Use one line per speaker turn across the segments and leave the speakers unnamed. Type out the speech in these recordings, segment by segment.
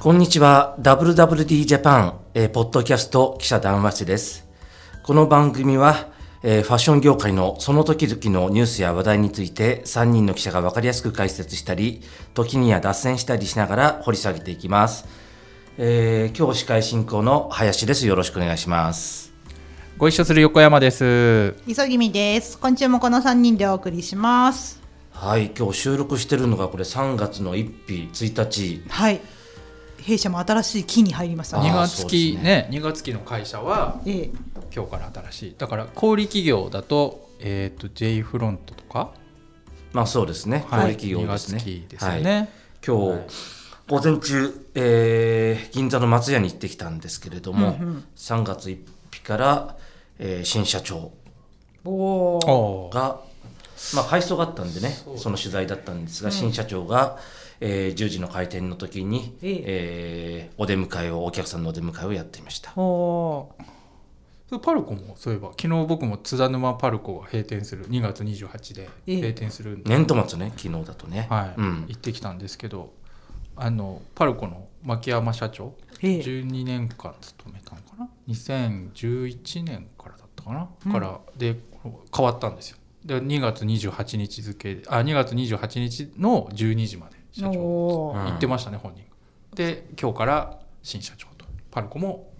こんにちは WWD ジャパン、えーポッドキャスト記者談話室ですこの番組は、えーファッション業界のその時々のニュースや話題について3人の記者が分かりやすく解説したり時には脱線したりしながら掘り下げていきます、えー今日司会進行の林ですよろしくお願いします
ご一緒する横山です。
急ぎみです今週もこの三人でお送りします
はい今日収録してるのがこれ3月の1日1日
はい弊社も新しい期に入りました
あー
2
ね
月
そ
期
うです
ね2月期の会社は
ええ
今日から新しい。だから小売企業だとえっ、と J フロントとか
まあそうですね小売企業ですね
2月期ですよ
はい
ね。
今日、午前中、えー銀座の松屋に行ってきたんですけれども、
うんうん
3月1日から、えー新社長
お
お
ー
おー。
が、まあ、配送があったんでねその取材だったんですが、新社長が、えー10時の開店の時に、
ええ
えーお出迎えをお客さんのお出迎えをやっていました。
おー
それパルコもそういえば昨日僕も津田沼パルコが閉店する2月28日で
ええ
閉店するんで、
年度末ね昨日だとね、
はい
うん
行ってきたんですけどあのパルコの牧山社長
ええ
12年間勤めたのかな2011年からだったかな、
うん
からで変わったんですよで2月28日付であ2月28日の12時まで社長
おー
うん
言ってましたね本人がで今日から新社長とパルコも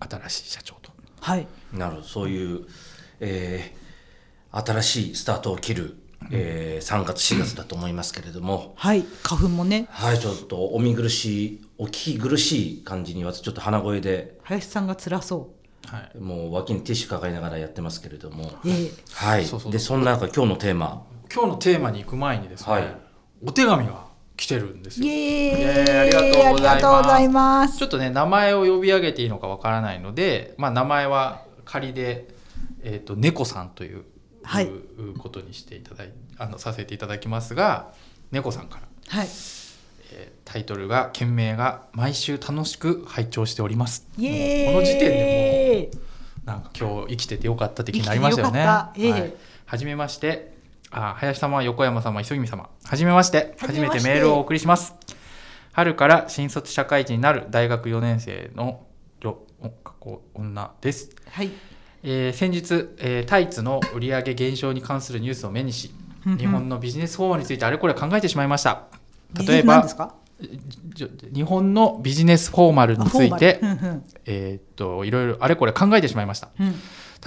新しい社長と
はい
なるほどそういう、えー新しいスタートを切る、え3月4月だと思いますけれども。
はい花粉もね
はい、ちょっとお見苦しい、お聞き苦しい感じに、私ちょっと鼻声で、
林さんが辛そ
はい
もう脇にティッシュ抱えながらやってますけれども。
うええ
はい、
そうそう
で、そんな中、今日のテーマ。
今日のテーマに行く前にですね、
はい
お手紙が来てるんですよ
イエ
イエーイ
ー
ありがとうございます
ありがとうございます
ちょっとね名前を呼び上げていいのかわからないので、まあ、名前は仮で、えー、と猫さんという,、
はいう
ことにしていただいあのさせていただきますが猫さんから、
はい
えータイトルが「件名が毎週楽しく拝聴しております」
イ
も
エーイ
うこの時点でもうなんか今日生きててよかった的になりましたよね。
生きててよかったえ
は
え
い。はじめまして。あ、林様、横山様、磯君様。はじめまして。
は
初
じ
め
めましてて
メールをお送りします。春から新卒社会人になる大学4年生のりょおかっこ女です。
はい
えー先日、えータイツの売上減少に関するニュースを目にし
うんう、ん
日本のビジネスフォームについてあれこれ考えてしまいました。例え
ビジネスなん
ば
です、か
じょ日本のビジネスフォーマルについて
あフ、ォーマル
えーっと、いろいろあれこれ考えてしまいました。
うんうんうん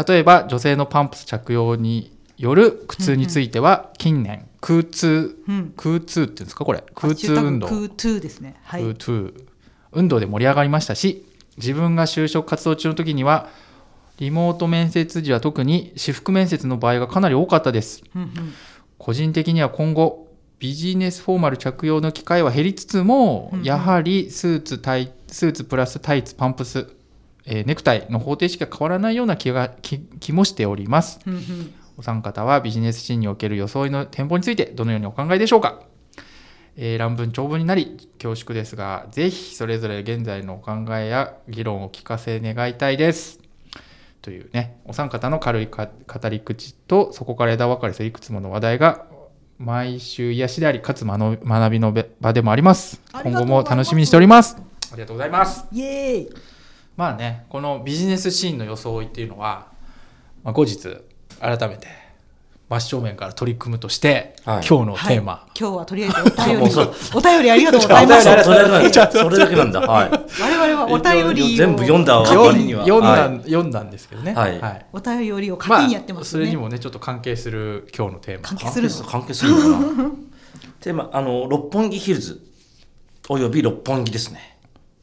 例えば女性のパンプス着用による苦痛については近年空痛
うん
空痛っていうんですかこれ空痛運動
ハッシュタグ空痛ですねはい
空痛運動で盛り上がりましたし自分が就職活動中の時にはリモート面接時は特に私服面接の場合がかなり多かったです
うんうん
個人的には今後ビジネスフォーマル着用の機会は減りつつも、
うんうん
やはりスーツタイスーツプラスタイツパンプス、えーネクタイの方程式が変わらないような気が気気もしております
うんうん
お三方はビジネスシーンにおける装いの展望についてどのようにお考えでしょうか、えー乱文長文になり恐縮ですがぜひそれぞれ現在のお考えや議論を聞かせ願いたいですというねお三方の軽いか語り口とそこから枝分かれするいくつもの話題が毎週癒しでありかつまの学びのべ場でもあります
あり
今
がと
後
うござい
も
ます
楽しみにしておりますありがとうございます
イエーイ
まあねこのビジネスシーンの装いっていうのは、まあ、後日改めて真正面から取り組むとして、
はい
今日のテーマ、
はい今日はとりあえずお便
もう
り
そう
お便りありがとうございま
あ
す
そうそれだけなんだ。それだけなんだ。は
我々はお便りを
全部読んだわ
読
本
ん
人には
読んだ
は
読んだんですけどね
はい
お便り
ま
を課
あ
金やってます
そ
ね、
れにもねちょっと関係する今日のテーマ
関
い。
係するの
関係するのかな。テーマ、あの、六本木ヒルズ。および六本木ですね。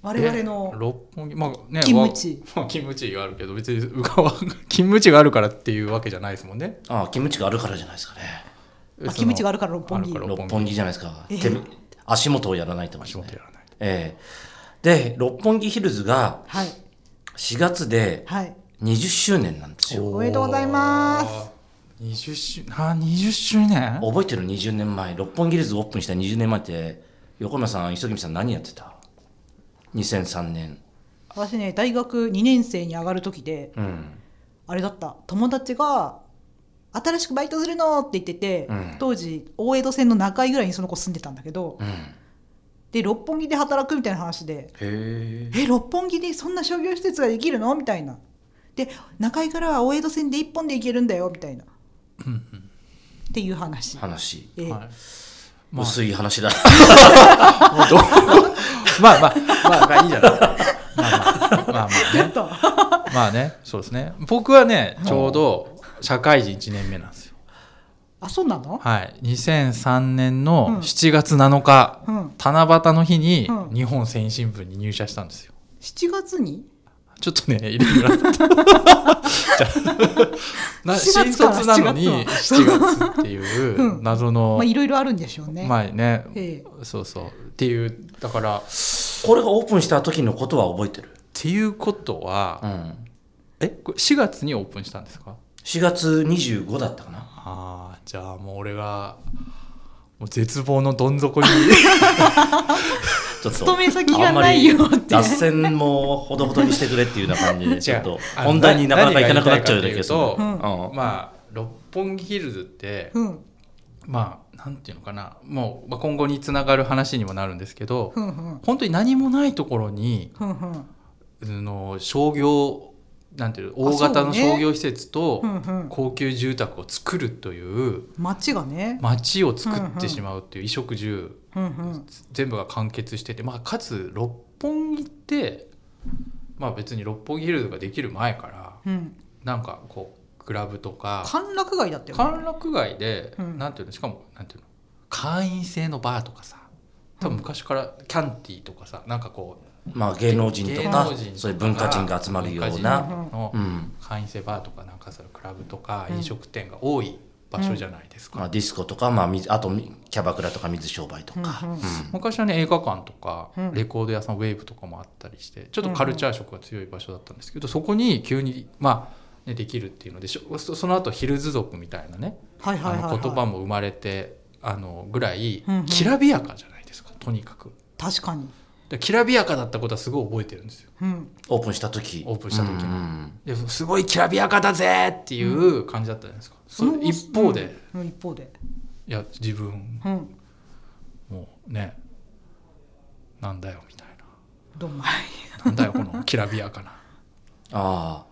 我々の
え六本木まあね
勤務地
わまあ勤務地があるけど別にうかわ勤務地があるからっていうわけじゃないですもんね
ああ、キムチがあるからじゃないですかね。
その
勤務地があるから六本木
あるから
六本木じゃないですか。手足元をやらないと思い
仕
ますね
事やらない
ええで、六本木ヒルズが
はい
4月で
はい
20周年なんですよ。
おめでとうございます
おー20周あ20周年
覚えてる20年前六本木ヒルズオープンした20年前って横山さん磯君さん何やってた2003年
私ね大学2年生に上がる時で
うん
あれだった友達が新しくバイトするのって言ってて、
うん
当時大江戸線の中井ぐらいにその子住んでたんだけど
うん
で六本木で働くみたいな話で
へ
え六本木でそんな商業施設ができるのみたいなで中井からは大江戸線で1本で行けるんだよみたいなっていう話、
え話
ええ
はいまあ
薄い話 だ
まあまあまあまあいいじゃないまあまあまあまあ
ちょ
ね
っと
まあねそうですね僕はねちょうど社会人1年目なんですよ
あそうなの、
はい2003年
うん
の7月7日、
うん、
七夕の日に
うん
日本繊維新聞に入社したんですよ
7月に
ちょっとね入れてもらったじゃ あな
7月か
新卒なのに
7
7月っていううん謎の、
まあいろいろあるんでしょうね、
まあね
ええ
そうそうっていうだからっ
これがオープンした時のことは覚えてる、
ていうことは、
うん、
えこれ4月にオープンしたんですか
4月25だったかな
ああじゃあもう俺がもう絶望のどん底に
ちょっと
勤め先がないよ
あんまり
って
脱線もほどほどにしてくれっていうような感 じで ちょっと
あの
本題になかなかいかなくなっちゃうだ
何が言
け
いたいか
ど
っていうと
それ
うん
うん
まあ六本木ヒルズって
うん
まあなんていうのかなもう、まあ、今後につながる話にもなるんですけど
ふんふん
本当に何もないところに
ふんふん
あの商業なんていう
あ
大型の
そうね
商業施設と
ふんふん
高級住宅を作るという
街がね
街を作
うん
っ
う
て
ん
しまうっていう衣食住
ふんふん
全部が完結してて、まあ、かつ六本木って、まあ、別に六本木ヒルズができる前から
うん
なんかこうクラブとか
歓楽街だったよね
歓楽街で、
うん
なんていうのしかもなんていうの会員制のバーとかさ多分昔からキャンティーとかさなんかこ
まあ芸能人と
芸
か
能人とか
そういう文化人が集まるよう
文
な、
うの
うん
会員制バーとかなんかそのクラブとか
うん
飲食店が多い場所じゃないですか、
まあ、ディスコとか、まあ、水あとキャバクラとか水商売とか、
うんうん
昔はね映画館とか
うん
レコード屋さんウェーブとかもあったりしてちょっとカルチャー色が強い場所だったんですけどそこに急にまあねできるっていうのでしょそその後ヒルズ族みたいなね
はいは
あ
いはいは
の
い
言葉も生まれてあのぐらい
うんうん
きらびやかじゃないですかとにかく
確かに
できらびやかだったことはすごい覚えてるんですよ
うん
オープンした時
オープンした時
うん
ですごいきらびやかだぜっていう感じだったじゃないですかそ
の
れ
後
一方で、
うんうん一方で
いや自分
うん
もねなんだよみたいな
どんまい
なんだよこのきらびやかな
ああ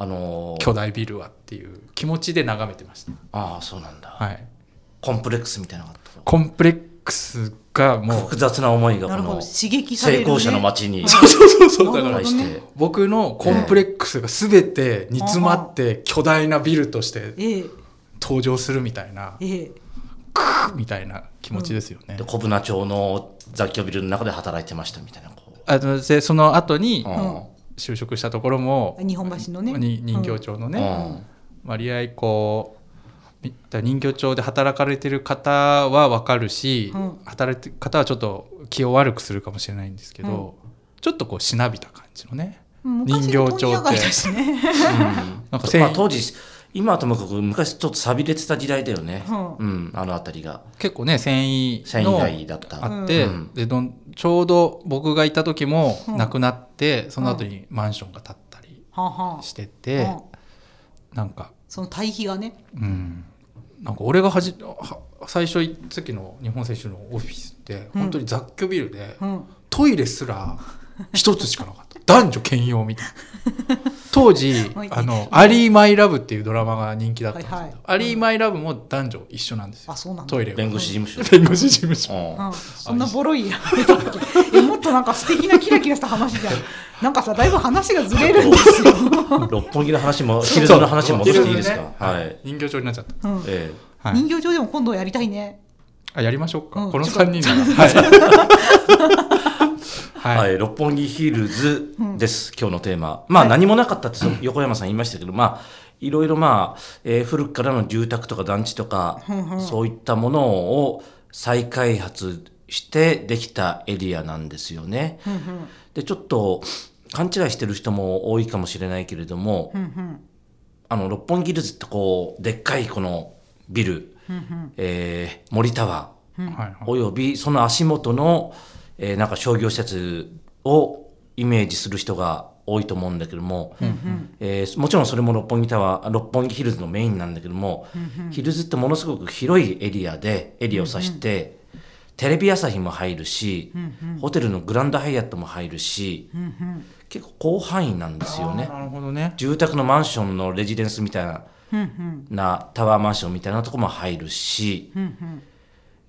あのー
巨大ビルはっていう気持ちで眺めてました、
ああそうなんだ、
はい、
コンプレックスみたいなのがあった
コンプレックスがも
複雑な思いがこ
なるほど
の
刺激され
成
る、ね、
功者の街に
う そうそうそう
な
だ
る
か
ほど
対
ら
ね
して
僕のコンプレックスが全て煮詰まって巨大なビルとして
ええ
登場するみたいな
ええ
クーみたいな気持ちですよね
で、小船町の雑居ビルの中で働いてましたみたいなこ
あのでその後に
う、
就職したところも
日本橋のね
に人形町の
うん
ね、割合こうみ人形町で働かれてる方は分かるし、
うん
働いてる方はちょっと気を悪くするかもしれないんですけど、ちょっとこうしなびた感じのね
うん
人形町って
昔の問屋街だしね
なんか
うんまあ、
繊維
当時今はともかく昔ちょっと寂れてた時代だよね、
うん
うん、あの辺りが
結構ね繊維
繊維
の
街だった
あって、
うん
でどんちょうど僕がいた時も
うん
亡くなって、その後にマンションが建ったり
はんはん
してて、
うん
なんか
その対比がね
うんなんか俺がはじは最初行った時の日本選手のオフィスって本当に雑居ビルで。
うん
トイレすら一つしかなかった 男女兼用みたいな当時
もういい
あの「アリー・マイ・ラブ」っていうドラマが人気だったんですけど、
はいはい
アリー・マイ・ラブも男女一緒なんですよ
あそうなんだ
トイレが
弁護士事務所、
弁護士事務所
うん
うん、そんなボロいやめたっけ えもっとなんか素敵なキラキラした話じゃんなんかさだいぶ話がずれるんですよ、
六本木の話も昼ドの話も戻していいですか、は
はい
い、
人形町になっちゃっ
うん
ええ
た、はい
人形町でも今度やりたいね
あやりましょうか、
うん
この3人ならはい
は
はい
い、六本木ヒルズです、今日のテーマ。まあ、何もなかったって横山さん言いましたけど、まあ、いろいろまあ、えー古くからの住宅とか団地とか、そういったものを再開発してできたエリアなんですよね。
ふんふん
で、ちょっと勘違いしてる人も多いかもしれないけれども、
ふんふん
あの、六本木ヒルズってこう、でっかいこのビル、
ふんふん
えー森タワー、
はい
およびその足元の、えーなんか商業施設をイメージする人が多いと思うんだけども、えーもちろんそれも六本木タワーあ六本木ヒルズのメインなんだけども、ヒルズってものすごく広いエリアでエリアを指して、テレビ朝日も入るし、
うんうん
ホテルのグランドハイアットも入るし
うんうん
結構広範囲なんですよね
あーなるほどね。
住宅のマンションのレジデンスみたいな
うんうん
なタワーマンションみたいなとこも入るし、
うんうん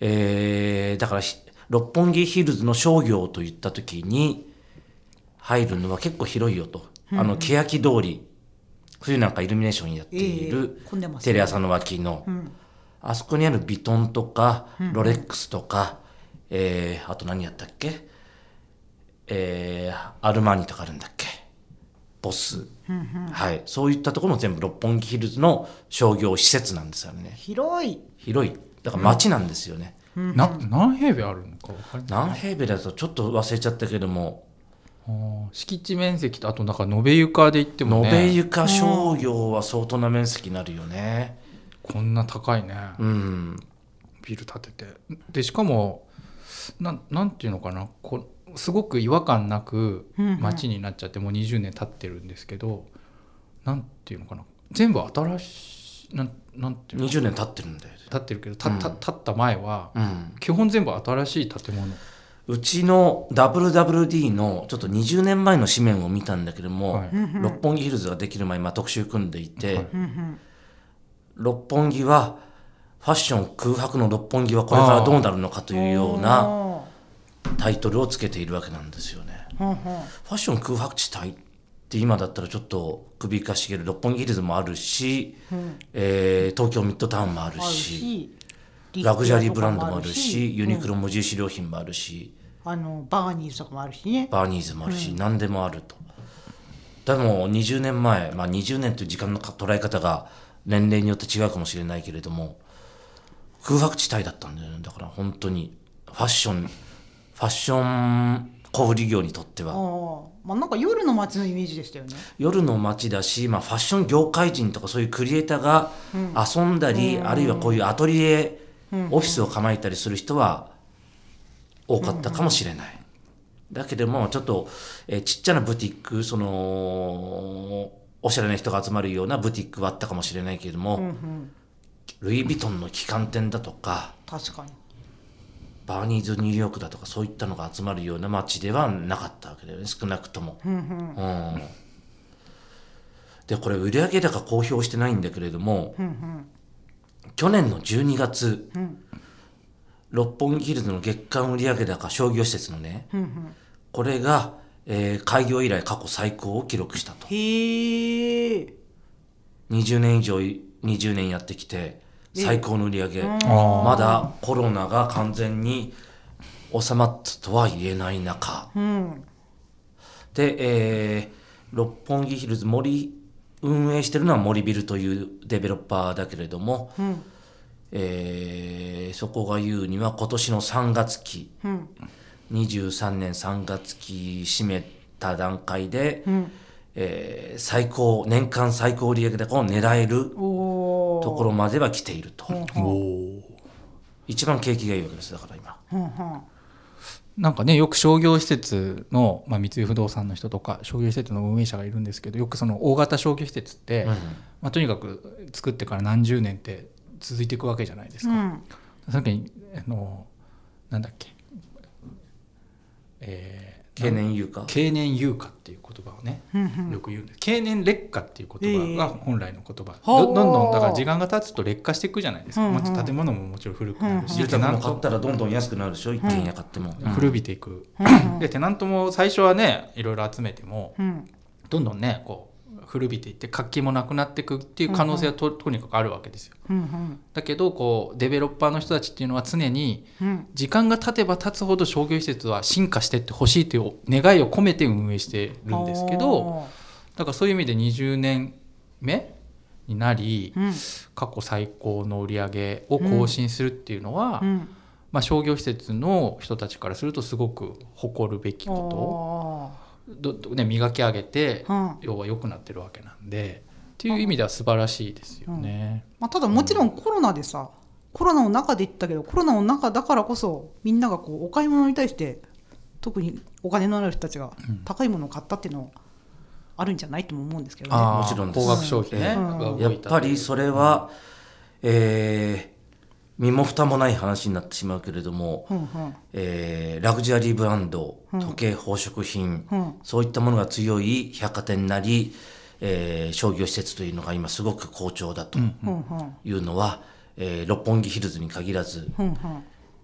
えーだからひ六本木ヒルズの商業といった時に入るのは結構広いよと、あの欅通り冬なんかイルミネーションやっている
ええ混んでます
テ
ね
レ朝の脇の、
ん
あそこにあるビトンとかロレックスとか、えーあと何やったっけ、えーアルマーニとかあるんだっけボス、はい、そういったところも全部六本木ヒルズの商業施設なんですよね
広い
広いだから街なんですよね、
な何平米あるのか分かんない。
何平米だとちょっと忘れちゃったけども、
あー敷地面積とあとなんか延べ床で言っても
延
ね。
べ床商業は相当な面積になるよね。
こんな高いね。
うん。
ビル建てて。でしかもなんなんていうのかなこすごく違和感なく
うんうん
街になっちゃってもう20年経ってるんですけど、なんていうのかな全部新しいなんなんていうの
20年経ってるんだよね。
経ってるけどた
うん
た経った前は、
うん。
基本全部新しい建物。
うちの WWD のちょっと20年前の紙面を見たんだけども、
はい
うんうん
六本木ヒルズができる前、今特集組んでいて、
はい
うんうん
六本木はファッション空白の六本木はこれからどうなるのかというような
お
タイトルをつけているわけなんですよね。
ーほんほん
ファッション空白地帯って今だったらちょっと首かしげる六本木ヒルズもあるし、
うん
えー東京ミッドタウンもある
ある
し
し
ラグジュアリーブランドもあるしユニクロも無印良品もあるし
うんあのバーニーズとかもあるしね
バーニーズもあるし、何でもあるとでも20年前、まあ、20年という時間のか捉え方が年齢によって違うかもしれないけれども空白地帯だったんだよねだから本当にファッションファッション小売業にとって
あ
は
ーまあなんか夜の街のイメージでしたよね
夜の街だし、まあ、ファッション業界人とかそういうクリエイターが遊んだり、あるいはこういうアトリエ、オフィスを構えたりする人は多かったかもしれない。だけどもちょっと、えーちっちゃなブティックそのおしゃれな人が集まるようなブティックはあったかもしれないけれども、
うんうん
ルイ・ヴィトンの旗艦店だとか
確かに
バーニーズ・ニューヨークだとかそういったのが集まるような街ではなかったわけだよね少なくとも。
うんうん
うんでこれ売上高公表してないんだけれども
うんうん
去年の12月、
ん
六本木ヒルズの月間売上高商業施設のね
うんうん
これが、えー開業以来過去最高を記録したと
へえ
20年以上20年やってきて最高の売上
あー
まだコロナが完全に収まったとは言えない中
うん
で、えー六本木ヒルズ森運営してるのは森ビルというデベロッパーだけれども、
うん
えーそこが言うには今年の3月期
うん
23年3月期締めた段階で、
うん
えー最高年間最高利益高を狙える
おお
ところまでは来ていると、
うん
お
うん
お。
一番景気がいいわけですだから今
うんうん
なんかねよく商業施設の、まあ、三井不動産の人とか商業施設の運営者がいるんですけどよくその大型商業施設って、
うん
まあ、とにかく作ってから何十年って続いていくわけじゃないです
う
か。
ん
その時にあのなんだっけ、えー
経年優化
経年優化っていう言葉をね
うんうん
よく言うんです経年劣化っていう言葉が本来の言葉、
ほう
どどんどんだから時間が経つと劣化していくじゃないですか、
うんうん
もち建物ももちろん古くなるし、
住
テ
宅
ナ
も
ン
買っ
ト
たらどんどん安くなるでしょ一軒家買っても、うん
古びていく、でテナントも最初はねいろいろ集めても、
うん
どんどんねこう古びていって活気もなくなっていくっていう可能性はと,、とにかくあるわけですよ
うんうん
だけどこうデベロッパーの人たちっていうのは常に
うん
時間が経てば経つほど商業施設は進化してってほしいという願いを込めて運営してるんですけど
おー
だからそういう意味で20年目になり
うん
過去最高の売り上げを更新するっていうのは、
うん
まあ、商業施設の人たちからするとすごく誇るべきこ
お
とどど、ね、磨き上げて
ーうん
要は良くなってるわけなんでっていう意味では素晴らしいですよね。
まあ、ただもちろんコロナでさ、コロナの中で言ったけどコロナの中だからこそみんながこうお買い物に対して特にお金のある人たちが高いものを買ったっていうのはあるんじゃないとも思うんですけどね。
あーもちろんです
高額消費ね、
うん
が動いた
やっぱりそれは、え身も蓋もない話になってしまうけれども、
うんうん
えーラグジュアリーブランド
うん
時計宝飾品、
うん
そういったものが強い百貨店なり、えー商業施設というのが今すごく好調だと
うんうん
いうのは、えー六本木ヒルズに限らず
うんうん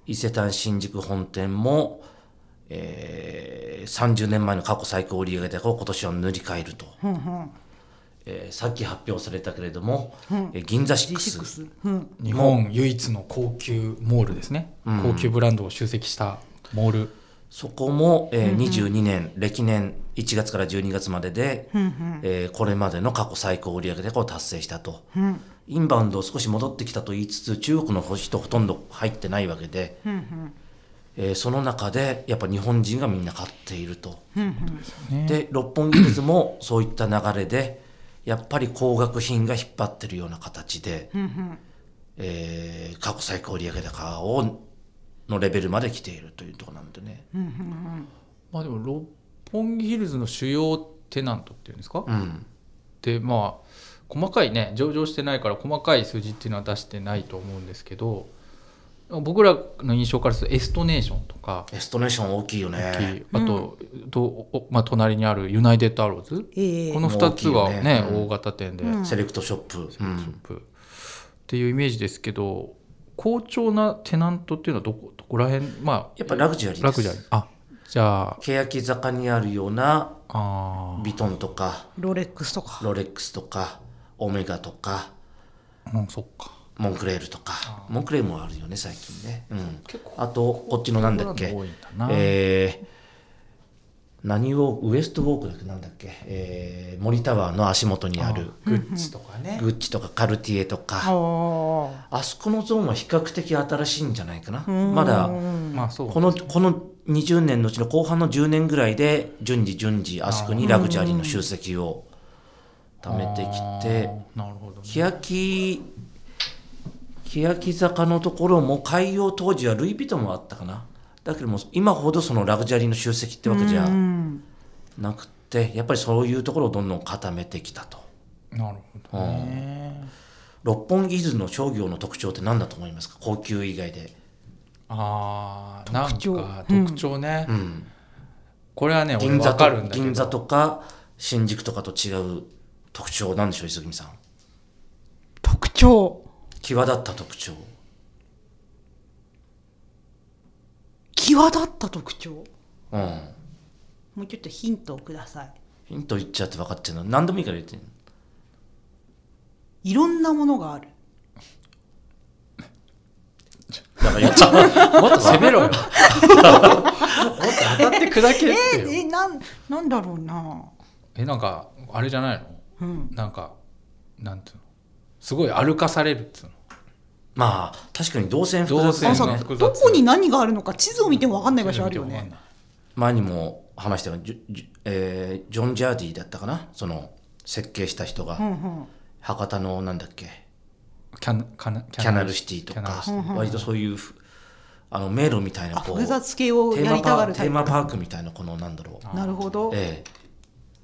伊勢丹新宿本店も、えー30年前の過去最高売上高を今年は塗り替えると、
うんうん
えーさっき発表されたけれども、えー銀座 6,
G6 うん
日本唯一の高級モールですね、高級ブランドを集積したモール
そこも、えー22年歴年1月から12月までで、えーこれまでの過去最高売上高を達成したと、インバウンド少し戻ってきたと言いつつ中国の人ほとんど入ってないわけで、えーその中でやっぱ日本人がみんな買っていると。
ね
で六本木ヒルズもそういった流れでやっぱり高額品が引っ張ってるような形で、えー過去最高売上高をのレベルまで来ているというところなんでね、
まあでも六本木ヒルズの主要テナントっていうんですか、
うん、
でまあ細かいね上場してないから細かい数字っていうのは出してないと思うんですけど僕らの印象からするとエストネーションとか、
エストネーション大きいよね
あと、とおまあ、隣にあるユナイテッドアローズ、
ええ
この2つは
大きい
ね
よねうん
大型店で、
うん
セレクトショップ、うん
っていうイメージですけど好調なテナントっていうのはどこどこら辺ま
やっぱラグジュアリ
あ
ー
ラグジ
で
ュアリー
す
あじゃあ
欅坂にあるような
あ
ビトンとか
ロレックスとか
ロレックスとかオメガとか
ーうんそっか
モンクレールとかモンクレールもあるよね最近ね、うん、
結構
あとこっちのなんだっけ
多いんだな、
えー何をウエストウォークだっけなんだっけ、えー森タワーの足元にある
グッチとかね、
グッチとかカルティエと
あ
か
あ
あそこのゾーンは比較的新しいんじゃないかな
うん
まだ
まあそう
このこの20年のうちの後半の10年ぐらいで順次順次あそこにラグジュアリーの集積を貯めてきて
あーなるほど、ね、
欅欅坂のところも開業当時はルイ・ヴィトンもあったかなだけども今ほどそのラグジュアリーの集積ってわけじゃ
うん
なくてやっぱりそういうところをどんどん固めてきたと
なるほどね
六本木ヒルズの商業の特徴って何だと思いますか高級以外で、
ああなんか
特徴うん
特徴ね、
うん、
これはね俺
銀座
わ
と
かるんだけど
銀座とか新宿とかと違う特徴なんでしょう磯君さん
特徴
際立った特徴
際立った特徴
うん
もうちょっとヒントをください
ヒント言っちゃって分かっちゃうの何でもいいから言って
いろんなものがある
だから言っちゃう
もっと攻めろよ もっと当たって砕 けって
え
よ
ー、えなんなんだろうな
えなんかあれじゃないの
うん
なんかなんていうのすごい歩かされるっつうの
まあ確かに動線複
動
雑
線
あ
な
ね
さ
複雑
どこに何があるのか地図を見ても分かんない場所あるよね
前にも話したようにジョジョえージョン・ジャーディだったかなその設計した人が、
うんうん
博多のなんだっけ
キャンキャン
キャナルシティとか
キャナルシティ
割とそういうふあの迷路みたいな
あ
こう
複雑系を
テー
や
マ
りた
パ
が
ー
る
テ
タイ
ー
プ
マパークみたいなこのなんだろう
なるほど
ええ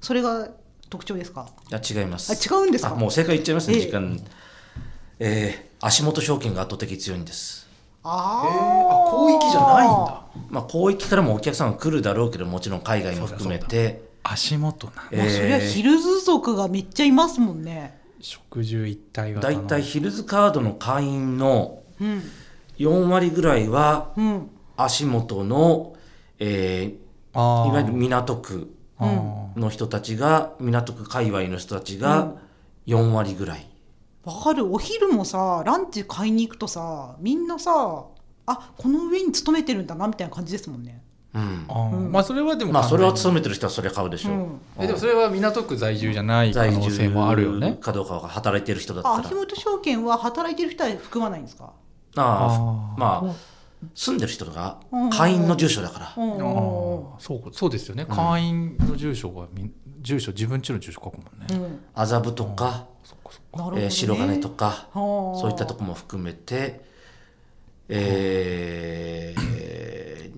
それが特徴ですか
いや違います
あ違うんですか
あもう正解言っちゃいますね
ええ
時間ええ足元証券が圧倒的に強いんです
あ
へ
ー
ーあ広域じゃないんだ
まあ広域からもお客さんが来るだろうけどもちろん海外も含めて
足元な
え
まあ、そりゃヒルズ族がめっちゃいますもんね
食住一体型
だい
の
たいヒルズカードの会員の
うん
4割ぐらいは
うん
足元の、え
あ
え
ー
いわゆる港区
あー
の人たちが港区界隈の人たちが4割ぐらい、
わかるお昼もさランチ買いに行くとさみんなさあこの上に勤めてるんだなみたいな感じですもんね
うん
あー
うん
まあそれはでも
まあそれは
簡単に
勤めてる人はそれ買うでしょう、
うん
えでもそれは港区在住じゃない可
在
能性もあるよ
住
ね。
かどうかは働いてる人だった
あ
ら
秋元証券は働いてる人は含まないんですか
ああ
ー
まあ住んでる人が
うん
会員の住所だから、
うんうん
あーそうそうですよね、会員の住所がみん住所自分家の住所書くもんね。
うん
麻布とか、
そっかそっ
なるほど
えー
ね
白金とか
そ
そういったとこも含めて、えー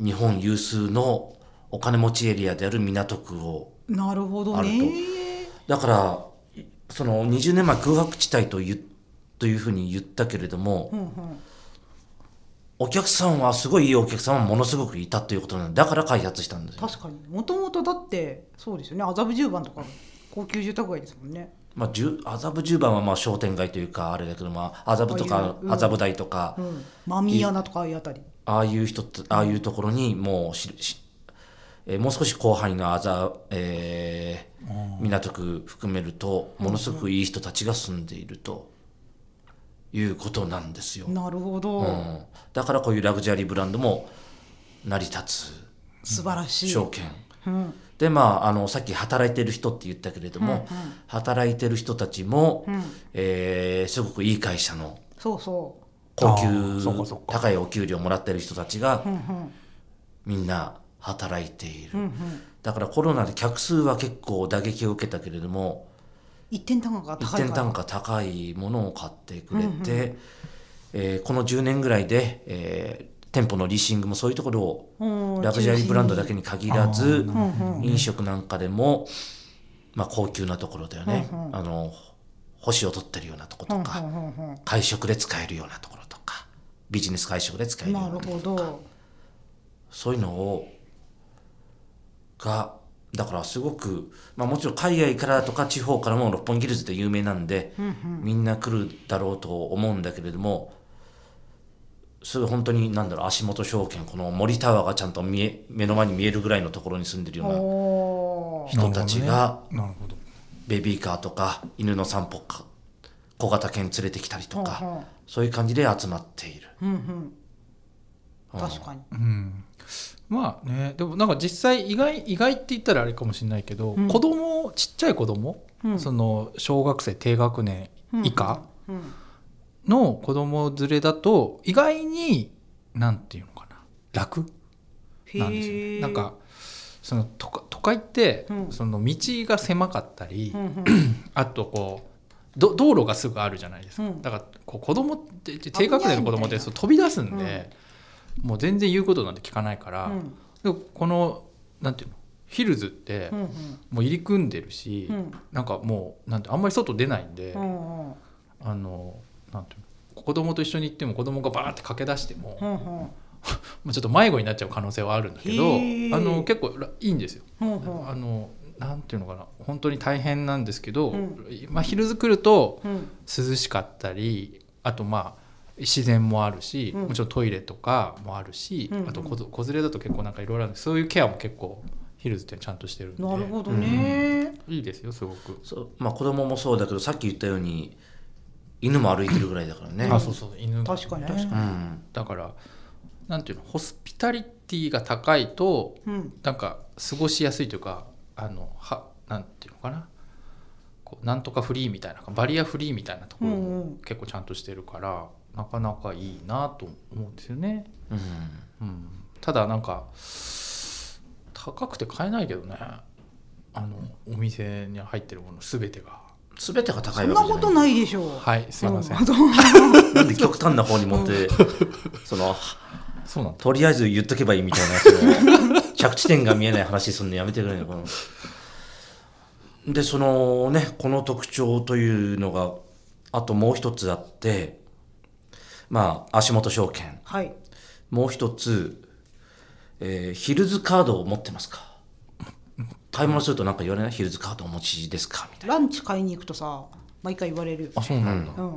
日本有数のお金持ちエリアである港区を
なるほどね
だからいその20年前空白地帯というというふうに言ったけれども、
うんうん
お客さんはすごいいいお客さんはものすごくいたということなんでだから開発したんですよ、
確かにもともとだってそうですよね麻布十番とか高級住宅街ですもんね
まあ、十麻布十番はまあ商店街というかあれだけどまあ麻布と
あ
か
あいううん
麻布台とか
うんマミアナとかああいうあたり
ああいう人ってああいうところにもうしし、えーもう少し後輩のあざ、えー港区含めるとものすごくいい人たちが住んでいるということなんですよ、
なるほど、
うん、だからこういうラグジュアリーブランドも成り立
素晴ら
つ
しい、
証券
うん
でまああのさっき働いてる人って言ったけれども、
うんうん
働いてる人たちも、
うん
えーすごくいい会社の
そうそ
高級
あーそうかそうか
高いお給料もらってる人たちが
ううんうん
みんな働いている、
うんうん
だからコロナで客数は結構打撃を受けたけれども
一点単価が
一
高いから
点単価高いものを買ってくれて、えーこの10年ぐらいで、えー店舗のリーシングもそういうところを
うん
ラグジュアリーブランドだけに限らず
中心にうんうん
飲食なんかでも、まあ、高級なところだよね、
うんうん
あの星を取ってるようなとこ
う
ろ
ん
と
うん
か、
うんう
会食で使えるようなところとかビジネス会食で使える
ん
よう
な
な
る
とこ
ほ
ろ
ど
そういうのをがだからすごく、まあ、もちろん海外からとか地方からも六本木ヒルズって有名なんで、みんな来るだろうと思うんだけれどもすごい本当に何だろう足元証券この森タワーがちゃんと見え目の前に見えるぐらいのところに住んでるような
おー
人たちが
なるほどね
ベビーカーとか犬の散歩か小型犬連れてきたりと
うんう
か
ん
そういう感じで集まっている。
うんうん
うん
確か
な
に
るほどうんまあねでもなんか実際意外意外って言ったらあれかもしれないけど、
ん
子供ちっちゃい子供、
うん
その小学生低学年以下
うん
の子供連れだと意外になんていうのかな楽なんですよ
へ
ね。
ー
なんかその都会都会って、
うん
その道が狭かったり、
うんうん
あとこうど道路がすぐあるじゃないですか、
うん
だからこう子供って低学年の子供っ
危ないみたい
て
な
そう飛び出すんで、もう全然言うことなんて聞かないから、
うん
でもこのなんていうのヒルズって
うん
もう入り組んでるし、
うん
なんかもうなんてあんまり外出ないんで、
うんうん
あのなんていうの子供と一緒に行っても子供がバーって駆け出しても、
うんうん
まあちょっと迷子になっちゃう可能性はあるんだけど
へ
あ
ー
の結構らいいんですよ。
うんうん
あのなんていうのかな本当に大変なんですけど、
うん
まあ、ヒルズ来ると
うん
涼しかったりあとまあ自然もあるし、
うん
もちろんトイレとかもあるし、
うんうん
あと子子連れだと結構なんかいろいろあるんでそういうケアも結構ヒルズってちゃんとしてるんで
なるほどね
いいですよすごく、
そうまあ、子供もそうだけどさっき言ったように犬も歩いてるぐらいだからね。
あそうそう犬が
確かに
確
う
か
ん
だからなんていうのホスピタリティが高いと
うん
なんか過ごしやすいというかあのはなんていうのかなこうなんとかフリーみたいなバリアフリーみたいなところ
うんう
も
ん
結構ちゃんとしてるから、なかなかいいなと思うんですよね、
うん、
うん、ただなんか高くて買えないけどねあのお店に入ってるもの全てが
全てが高
そ
い
ん
わ
な
けじゃ
こ
ない
とないでしょう
はいすいません、
うどう
なんで極端な方に持ってその
そうなんだ
とりあえず言っとけばいいみたいなその着地点が見えない話すんのやめてくれよこのでそのねこの特徴というのがあともう一つあってまあ足元証券
はい
もう一つ、えーヒルズカードを持ってますか買い物するとなんか言われないヒルズカードお持ちですかみたい
ランチ買いに行くとさ毎回言われるよ
あそうなんだ、
う
へ
ん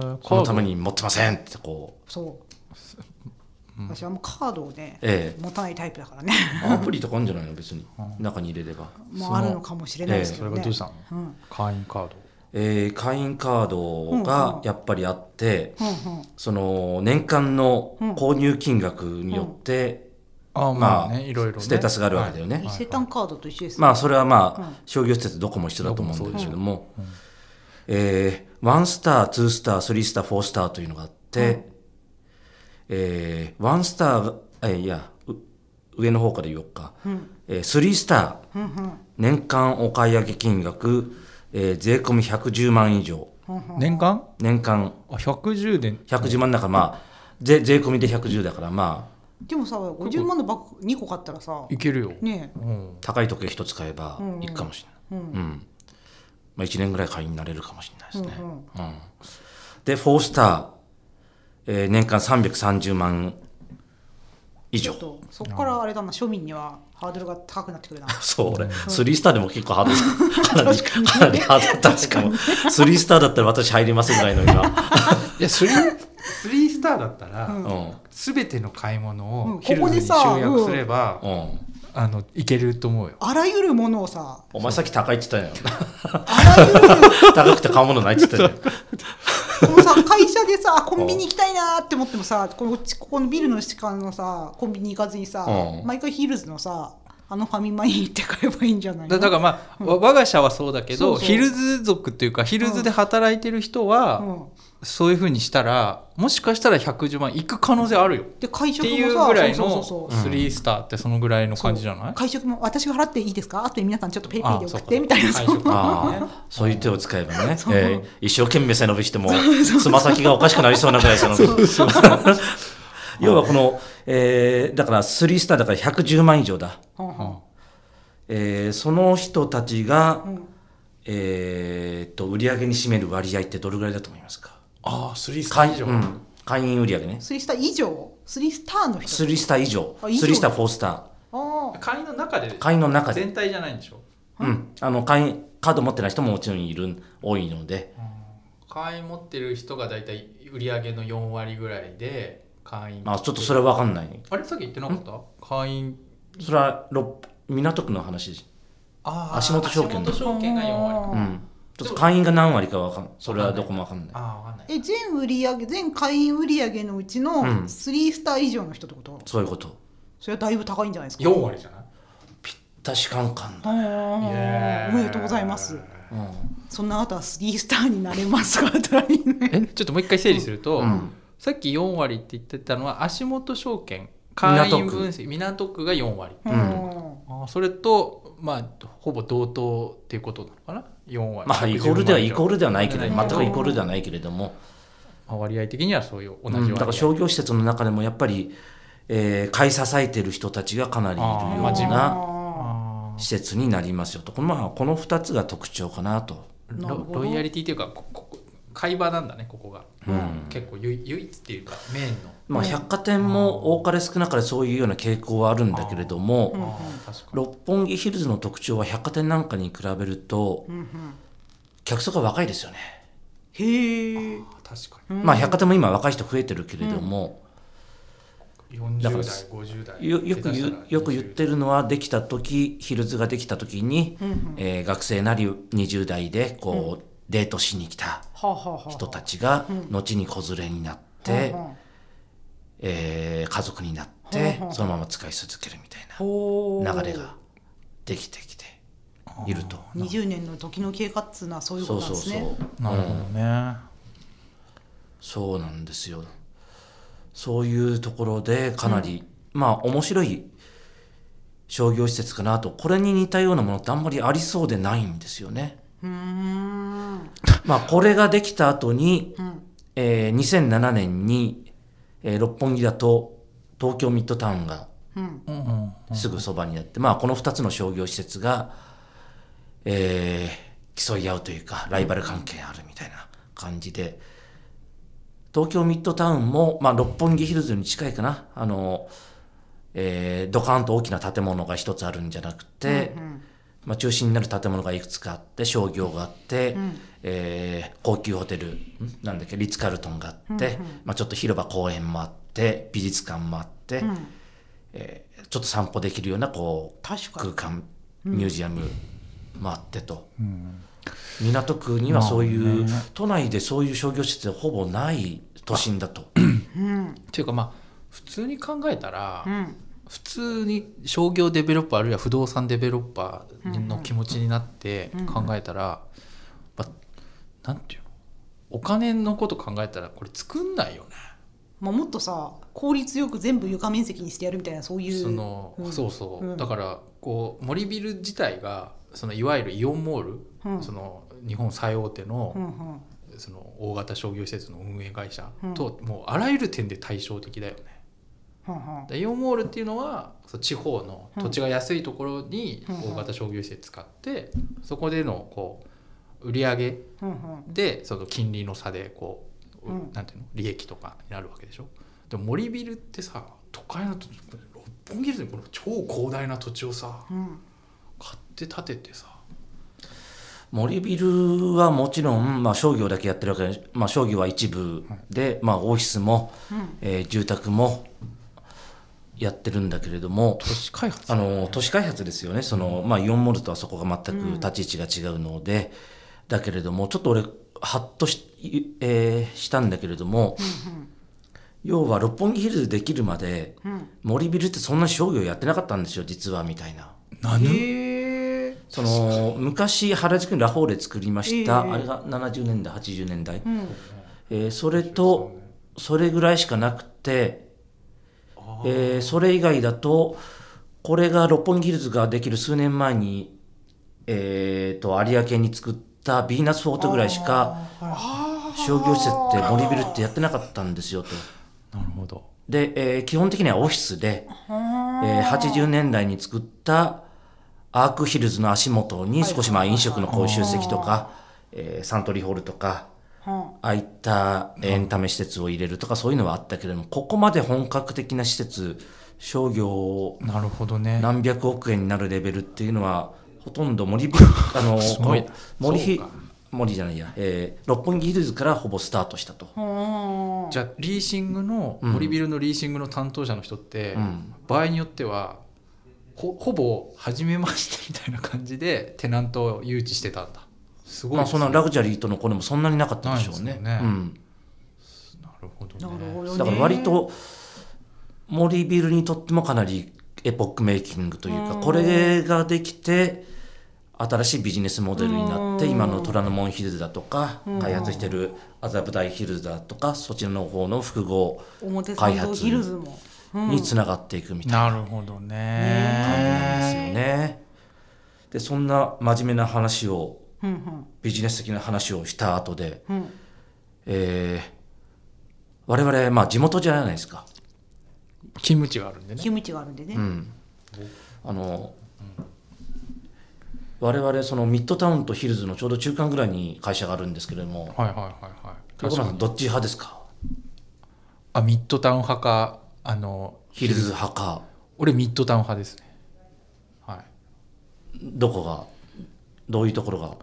ー
な。このために持ってませんってこう。
そう私はもうカードをね
え
持たないタイプ だからね
アプリとかあるんじゃないの別に。中に入れれば。
もうあるのかもしれないですけ
それ
ど
が
ね
どうしたの、
うん
会員カード
えー会員カードがやっぱりあって、
うんうん
その年間の購入金額によって、
あ
ま
ま
あ
あねいろいろね
ステータスがあるわけだよね
伊勢丹カードと一緒ですね
まあそれはまあ、
うん
商業施設どこも一緒だと思うんですけども、えー、ワンスター、ツースター、スリースター、フォースターというのがあって、えー、ワンスターが、えいや、う上の方から言おうか、えー、スリースター、年間お買い上げ金額、えー、税込み110万以上、
年間
年間
あ110で
110万だから、まあ、税税込みで110だから、まあ、
でもさ50万のバッグ2個買ったらさ
いけるよ、
ね
うん、
高い時計一つ買えばいいかもしれない。うん、まあ、1年ぐらい会員になれるかもしれないですね。
う
う
ん
んで、フォースター、ええー年間330万以
ちょ
上
っとそこからあれだな庶民にはハードルが高くなっ てくるな
そう俺、スリースターでも結構ハー ドかなりかなりハードだったしかもスリースターだったら私入りませんぐらいの今、
いやスリースリースターだった
う
ら
ん
うん
全ての買い物
う
を
ん
ヒルズに集約すれば
うん、
あのいけると思うよ
あらゆるものをさ
お前さっき高いって言った よ
あらゆる
高くて買うものないって言ったよ
このさ会社でさコンビニ行きたいなーって思ってもさこのここのビルの下のさコンビニ行かずにさ、
うん
毎回ヒルズのさあのファミマに行って買えばいいんじゃないの
だだからまあ、わ我が社はそうだけど
そうそう
ヒルズ族っていうかヒルズで働いてる人は、
う
そういうふうにしたらもしかしたら110万いく可能性あるよっ
ん、で会食
て
も
いう
さ
ぐらい
そう
の
そうそうそ
そう
う
そう
3スターってそのぐらいの感じじゃない
会食も私が払っていいですかあとで皆さんちょっとペイペイ
あ
で
そ
送
う
っ
か
てみたいな
会
そう
食
あ
ね
あそういう手を使えばね、
そう
えー一生懸命背伸びしてもつま先がおかしくなりそうなぐらい背伸び 要はこの、えーだから3スターだから110万以上だ、
うんうん
えーその人たちが、
うん
えーっと売り上げに占める割合ってどれぐらいだと思いますか
ああ3スタ
会,、
ー以上、
うん、会員売り上げね
スリースター以上スリースターの人
3スター以上
あ以上
3スター4スタ
ああ
会員の中で
ー会員の中で、
全体じゃないんでしょ
うん、あの会員カード持ってない人ももちろんいる多いので
会員持ってる人が大体売り上げの4割ぐらいで会員
あちょっとそれは分かんない
あれさっき言ってなかった会員
それは六港区の話です
あ
ー足元証券だ
足元証券が4割
う
うんん、ちょっと会員が何割かわかんそれはどこもわかんない
ああ分かんない
え全売り上げ全会員売り上げのうちの
うん
スリースター以上の人ってこと、
そういうこと
それはだいぶ高いんじゃないですか
4割じゃない
確かんかんない、
イエー
あ
イ
ーおめでとうございます
うん
そんなあなたはスリースターになれますか とは言えない
えちょっともう一回整理すると、
うん
さっき4割って言ってたのは足元証券会員分析港区が4割
ん
うん
あーそれとまあほぼ同等っていうことなのかな4割
まあイコールではイコー
ル
ルではないけれど
うん
全くイコールではないけれども、
割合的にはそういう
う
同
ん
じ割合、
だから商業施設の中でもやっぱり、えー買い支えてる人たちがかなりいる
あー
よ
まあ自
う
分
な
あ
あー
施設になりますよとこの,、まあ、この2つが特徴かなと
なる
ロ
ほど
ロイヤリティというかこここ会話なんだねここが、
うん
結構唯唯一っていうかメインの、
まあ、
うん
百貨店も多かれ少なかれそういうような傾向はあるんだけれども、
うん
あー確かに
六本木ヒルズの特徴は百貨店なんかに比べると
ーうんうん
客層が若いですよね、
へえ、
あー確か
うん
まあ、百貨店も今若い人増えてるけれども、
に40
だ
代
から
50代
よよく言うよく言ってるのはできた時ヒルズができた時に、
うんうん
えー学生なり20代でこう、デートしに来た
はあはあはあ
人たちが後に子連れになって、えー家族になって、
はあはあ
そのまま使い続けるみたいな
ほー
流れができてきていると。
20年の時の経過っつうのはそういうこ
そうそうそ
となんです
う、
ね
なるほどね、
そうなんですよそういうところでかなり、まあ面白い商業施設かなとこれに似たようなものってあんまりありそうでないんですよね。
うーん
まあこれができた後に、
うん
えー2007年に、えー六本木だと東京ミッドタウンが
うん
うんうん
すぐそばにあって、まあこの2つの商業施設が、えー競い合うというかライバル関係あるみたいな感じで東京ミッドタウンも、まあ、六本木ヒルズに近いかなあの、えードカーンと大きな建物が一つあるんじゃなくて、
うん
まあ、中心になる建物がいくつかあって商業があって、えー高級ホテルんなんだっけリッツ・カルトンがあって、まあ、ちょっと広場公園もあって美術館もあって、
ん
えーちょっと散歩できるようなこう
確か
空
に
間ミュージアムもあってと、港区にはそういう、都内でそういう商業施設はほぼない都心だと、
うん
っていうかまあ普通に考えたら、
うん
普通に商業デベロッパーあるいは不動産デベロッパーの気持ちになって考えたら、やっぱなんていうのお金のこと考えたらこれ作んないよね。
まあ、もっとさ効率よく全部床面積にしてやるみたいなそういう
その
うん
そうそう、
うん
だからこう森ビル自体がそのいわゆるイオンモール、
うん
その日本最大手の,、
うんうん
その大型商業施設の運営会社
うん
と、もうあらゆる点で対照的だよね。
はんはん
でイオンモールっていうのはそう地方の土地が安いところに
うんうん
大型商業施設使って、そこでのこう売り上げ
うんうん
でその金利の差でこう
うん
なんていうの利益とかになるわけでしょでも森ビルってさ都会の土地六本木ヒルズにこの超広大な土地をさ
うん
買って建ててさ
森ビルはもちろん、まあ、商業だけやってるわけで、まあ、商業は一部で、まあ、オフィスも、えー住宅もやってるんだけれども
都市開発
あの都市開発ですよねその、まあ、イオンモールとはそこが全く立ち位置が違うので、だけれどもちょっと俺ハッとし,、えーしたんだけれども、要は六本木ヒルズできるまで、森ビルってそんな商業やってなかったんですよ実はみたいな。
何
へえ
その昔原宿にラフォーレ作りました、
ええ
あれが70年代80年代、
うん
えーそれとそれぐらいしかなくて、えーそれ以外だとこれが六本木ヒルズができる数年前に、えー、と有明に作ったヴィーナスフォートぐらいしか商業施設って森ビルってやってなかったんですよと。
なるほど
で、えー基本的にはオフィスで、えー80年代に作ったアークヒルズの足元に少しまあ飲食のこう集積とか、えーサントリーホールとか、
は
ああいったエンタメ施設を入れるとかそういうのはあったけれども、ここまで本格的な施設、商業を
なるほどね
何百億円になるレベルっていうのは、ほとんど 森ビル、あの、
ごい
この森ひ
そうか、
森じゃないや、えー六本木ヒルズからほぼスタートしたと。
あはあ
じゃあリーシングの
うん
森ビルのリーシングの担当者の人って、
うん
場合によってはほほぼ初めましてみたいな感じでテナントを誘致してたんだすごい
まあ、
で
そ
すね
んなラグジュアリーとのこれもそんなになかったでしょう
な
ね。
いですよね
うん
なるほど
なる
ね
ほどね
だから割と森ビルにとってもかなりエポックメイキングというか
うん
これができて新しいビジネスモデルになって
うん
今の虎ノ門ヒルズだとか
うん
開発してる麻布台ヒルズだとかそちらの方の複合
表参道ヒルズもうん
につながっていくみたいな
なるほど
感じ
ね
なんですよね。でそんな真面目な話を
うんうん
ビジネス的な話をした後で、
うん
えー我々、まあ、地元じゃないですか。
キムチがあるんでね
キムチがあるんでね
うん、あの、我々そのミッドタウンとヒルズのちょうど中間ぐらいに会社があるんですけれども
はいはいはいはい
横山さんどっち派ですか
あミッドタウン派かあの
ヒルズ派か
俺ミッドタウン派ですねはい
どこがどういうところが
う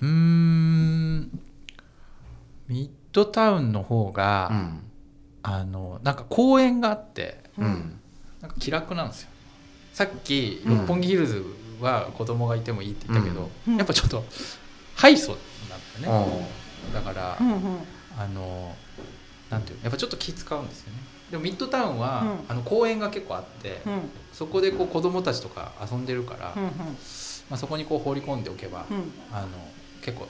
ーんミッドタウンの方が、
うん
あのなんか公園があって
うん
なんか気楽なんですよさっき六本木ヒルズは子供がいてもいいって言ったけど、
うん
やっぱちょっと敗訴なんだよね、
う
だから、
うんうん
あのなんていうのやっぱちょっと気使うんですよねでもミッドタウンは、
うん
あの公園が結構あって、
うん
そこでこう子供たちとか遊んでるから、
う
ま
ん
あ、そこにこう放り込んでおけば、
うん
あの結構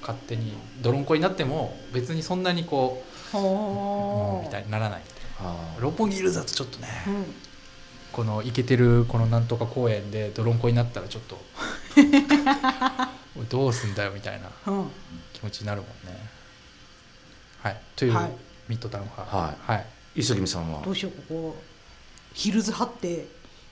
勝手に泥んこになっても別にそんなにこう、うん
はあ
みたいにならない
あー
六本木ヒルズだとちょっとね、
うん
このイケてるこのなんとか公園で泥んこになったらちょっと おいどうすんだよみたいな
うん
気持ちになるもんねはいという、
はい
ミッドタウン派、
はい
はい、
磯君さんは
どうしようここヒルズ派って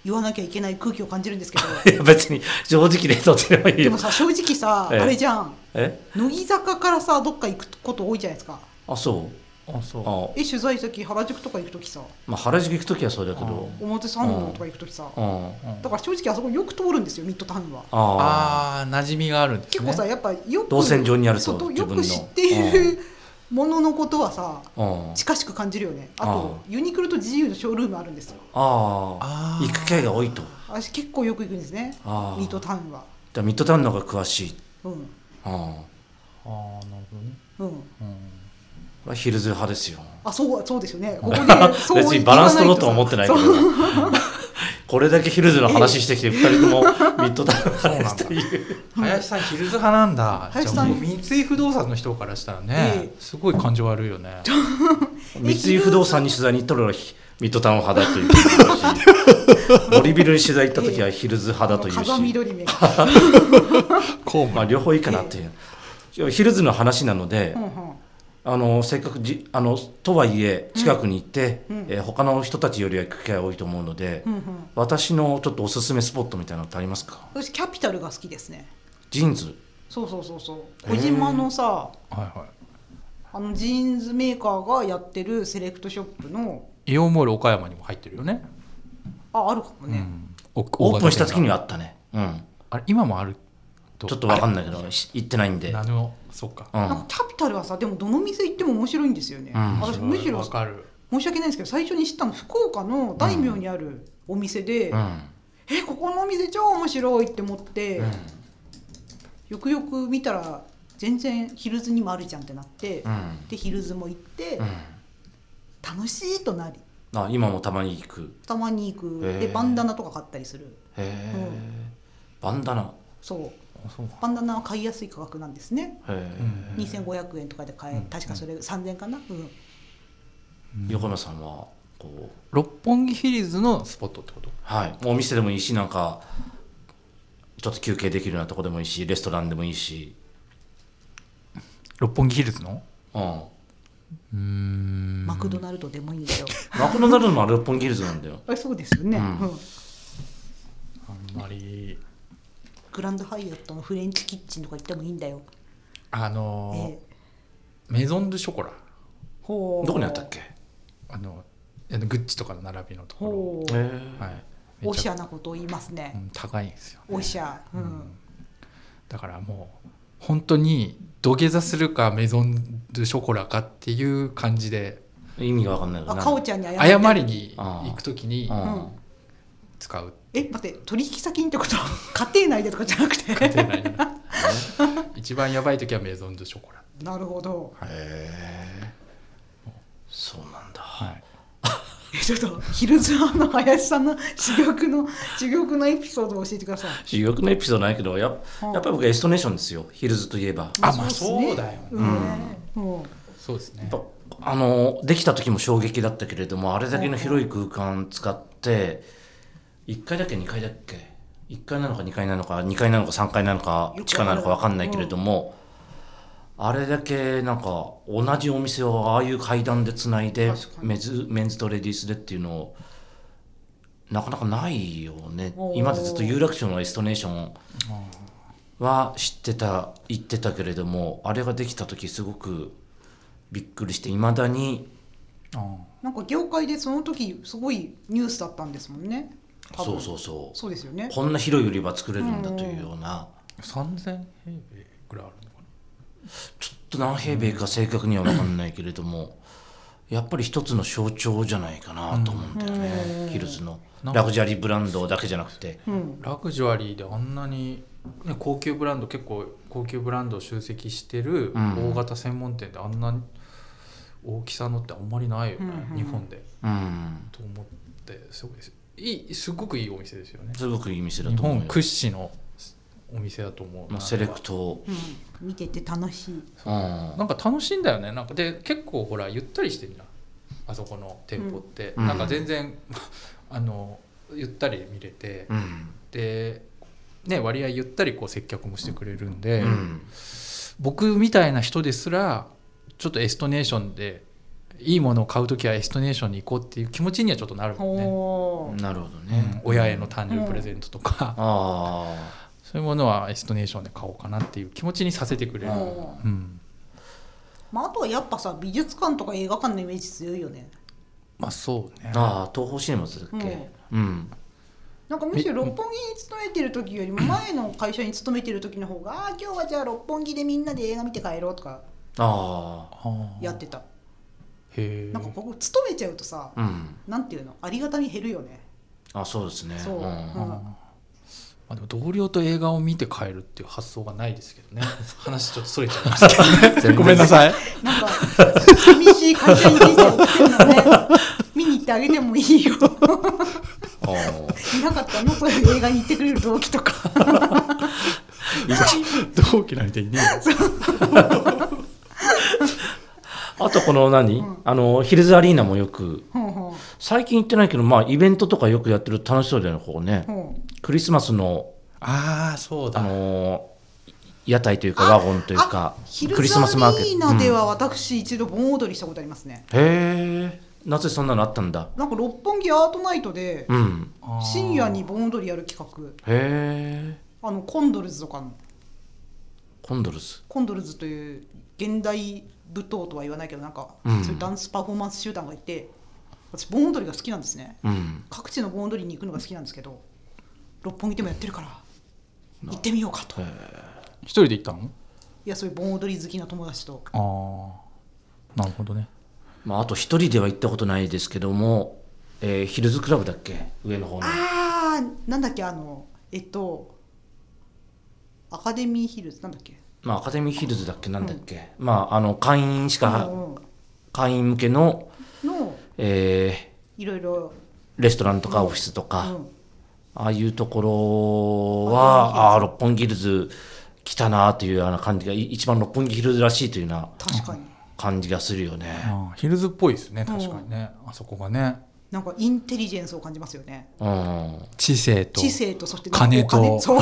言わなきゃいけない空気を感じるんですけど
いや別に正直でどっちでもいい
で
よ
もさ正直さあ
ええ
れじゃん
え
乃木坂からさどっか行くこと多いじゃないですか
あそう
あそう
あ、
え取材先原宿とか行く時さ
まあ、原宿行く時はそうだけど
表参道とか行く時さ
うん
うん
だから正直あそこよく通るんですよミッドタウンは
ああ
あー馴染みがあるんですね
結構さやっぱよく
動線上にあると
そう
自
よ
分の
く知っているもののことはさ
うん
近しく感じるよねあと
あ
ユニクロと GU のショールームあるんですよ
あ
あ
ー
ー
行く機会が多いと
私結構よく行くんですね
あー
ミッドタウンは
じゃあミッドタウンの方が詳しい
うん
あ
あーなるほどね、
うん
うん
あヒルズ派ですよ
あそうそうです よねここそう
別にバランス取ろうとは思
言わ
ってな
ないい
け
と
ど
さ
なこれだけヒルズの話してきて2人ともミッドタウンの話という
林さんヒルズ派なんだ
林
じゃ
さ
あ
ん
もう三井不動産の人からしたらね
ええ
すごい感情悪いよ ね
三井不動産に取材に行ったらミッドタウン派だというし森ビルに取材行った時はヒルズ派だと
そう
い
風
うし、
緑目が
こう
まあ、両方いいかなといういやヒルズの話なので
うんうん
あのせっかくじあのとはいえ近くに行って、
うんうん
えー他の人たちよりは行く機会多いと思うので、
うんうん
私のちょっとおすすめスポットみたいなのってありますか
私キャピタルが好きですね
ジーンズ
そうそうそうそう小島のさ
はいはい
あのジーンズメーカーがやってるセレクトショップの
イオンモール岡山にも入ってるよね、
ああるかも
う
ね、
ん、オ
オープンした時に
は
はあったね。うん。
あれ今もある
ちょっとわかんないいけど、し行ってないんで。
何をそうか
うん。
なんかキャピタルはさでもどの店行っても面白いんですよね、
うん
私むしろ
わかる
申し訳ないんですけど最初に知ったの福岡の大名にあるお店で、
うん。
えここのお店超面白いって思って、
うん。
よくよく見たら全然ヒルズにもあるじゃんってなって、
うん。
でヒルズも行って、
うん
楽しいとなり
あ、今もたまに行く。
たまに行く
へ
で
ー
バンダナとか買ったりする
へえ
う。
バンダナ。
そう
あそう
バンダナは買いやすい価格なんですね
へえ。
2500円とかで買え、
うん
確かそれ3000かな、うん、
横野さんは、こう、
六本木ヒルズのスポットってこと
はい。お店でもいいし、なんか、ちょっと休憩できるようなとこでもいいし、レストランでもいいし。
六本木ヒルズの
うん。
うーん
マクドナルドでもいいんだよ
マクドナルドの六本木ヒルズなんだよ。
あそうですよね、
うん
うん
あんまり
グランドハイアットのフレンチキッチンとか行ってもいいんだよ、
あ
え
の
え
ーメゾン・ドゥ・ショコラ
ほう
どこにあったっけへ
あのあのグッチとかの並びのとこ
ほう、
え
ろはいめ
おし
ちゃ
ゃなことを言います
う
ね、
ん高いんですよ
おしゃ、うん
だからもう本当に土下座するかメゾン・ドゥ・ショコラかっていう感じで
意味がわかんないけど
あ
な
かおちゃんに謝
謝
って
りに行く時に
うん
うん
使う
え待って取引先にってこと 家庭内でとかじゃなくて
家庭内の 一番やばい時はメゾン・ドゥ・ショコラ
なるほど
へえそうなんだ、
はい
えちょっとヒルズアの林さんの珠玉の珠玉のエピソードを教えてください
主力のエピソードないけどやっ
はあ
やっぱり僕エストネーションですよヒルズといえば
あまあそうだよね
うんうん
そうですね
やっぱあのできた時も衝撃だったけれどもあれだけの広い空間使って1階だっけ2階だっけ1階なのか2階なのか2階なのか3階なのか
よくわかる
地下なのか分かんないけれども、あれだけなんか同じお店をああいう階段でつないで
確かに
メズメンズとレディースでっていうのをなかなかないよね
おー
今までずっと有楽町のエストネーションは知ってた言ってたけれどもあれができた時すごくびっくりしていまだに
あ
なんか業界でその時すごいニュースだったんですもんね多
そ
分
うそうそ
そうですよね
うこんな広い売り場作れるんだというような
あ3000平米ぐらいあるのか
ちょっと何平米か正確には分かんないけれどもやっぱり一つの象徴じゃないかなと思うんだよねヒルズの
なんか
ラグジュアリーブランドだけじゃなくて
うん
なラグジュアリーであんなに、ね、高級ブランド結構高級ブランドを集積してる
うん
大型専門店であんな大きさのってあんまりないよね、
うんうん
日本で
うん
と思ってすごいですいいすごくいいお店ですよね
すごくいい店だ
日
と思う
本
よ
屈指のお店だと思う
も
な
うセレクト
うん見てて楽しい
うんうん
なんか楽しいんだよねなんかで結構ほらゆったりしてるじゃんあそこの店舗って、
うん
なんか全然 あのゆったり見れて、で、ね、割合ゆったりこう接客もしてくれるんで、
うん
僕みたいな人ですらちょっとエストネーションでいいものを買う時はエストネーションに行こうっていう気持ちにはちょっとなるもんね、
おー
なるほど
うん
ね
親への誕生日プレゼントとか、
ああ
そういうものはエストネーションで買おうかなっていう気持ちにさせてくれる、
おー
うん
まああとはやっぱさ美術館とか映画館のイメージ強いよね
まあそうね
ああ東宝シネマズだっけうん
なんかむしろ六本木に勤めてる時よりも前の会社に勤めてる時の方が「あー今日はじゃあ六本木でみんなで映画見て帰ろう」とか
ああ
あー
やってた、
へえ
なんかここ勤めちゃうとさ、
うん
なんていうのありがたみ減るよね
あそうですね
そう、
ん
うん
まあ、でも同僚と映画を見て帰るっていう発想がないですけど ね話ちょっとそれちゃいましたけ ど、ね、ごめんなさい
なんか寂しい会社に人生を送ってんだね見に行ってあげてもいいよ
あー
いなかったのそういう映画に行ってくれる動機とか
同期なんていね
あとこの何、あのヒルズアリーナもよく
ほうほ
最近行ってないけどまあイベントとかよくやってる楽しそうだよねここね
うほう
クリスマスの
ああそうだ
あ
あの
のー屋台というかワゴンというか
ヒル
クリスマス
ズ
マ
ア
ーケ
リー
ット、
ナ
うん
で
へ
は私一度盆踊りしたことありますね、
えなぜそんなのあったんだ
なんか六本木アートナイトで
うん
深夜に盆踊りやる企
へえ
画あのコンドルズとかの
コンドルズ
コンドルズという現代舞踏とは言わないけどなんか、
うん
そういうダンスパフォーマンス集団がいて私盆踊りが好きなんですね
うん
各地の盆踊りに行くのが好きなんですけど六本木でもやってるから行ってみようかとい
一人で行ったの
やそういう盆踊り好きな友達と
ああなるほどね
まあ、あと一人では行ったことないですけども、えーヒルズクラブだっけ上の方の
あーなんだっけあのえっとアカデミーヒルズなんだっけ
まあ、アカデミーヒルズだっけなんだっけ、まああの会員しか、
うんうん
会員向けの、
の
え
いろいろ、
ーレストランとかオフィスと
う
か、
ん、
ああいうところはああー六本木ヒルズ来たなというような感じがい一番六本木ヒルズらしいというような
確かに
感じがするよね。
あーヒルズっぽいですね確かにねあそこがね
なんかインテリジェンスを感じますよね
うん、
知性と
知性とそして
金と
おそう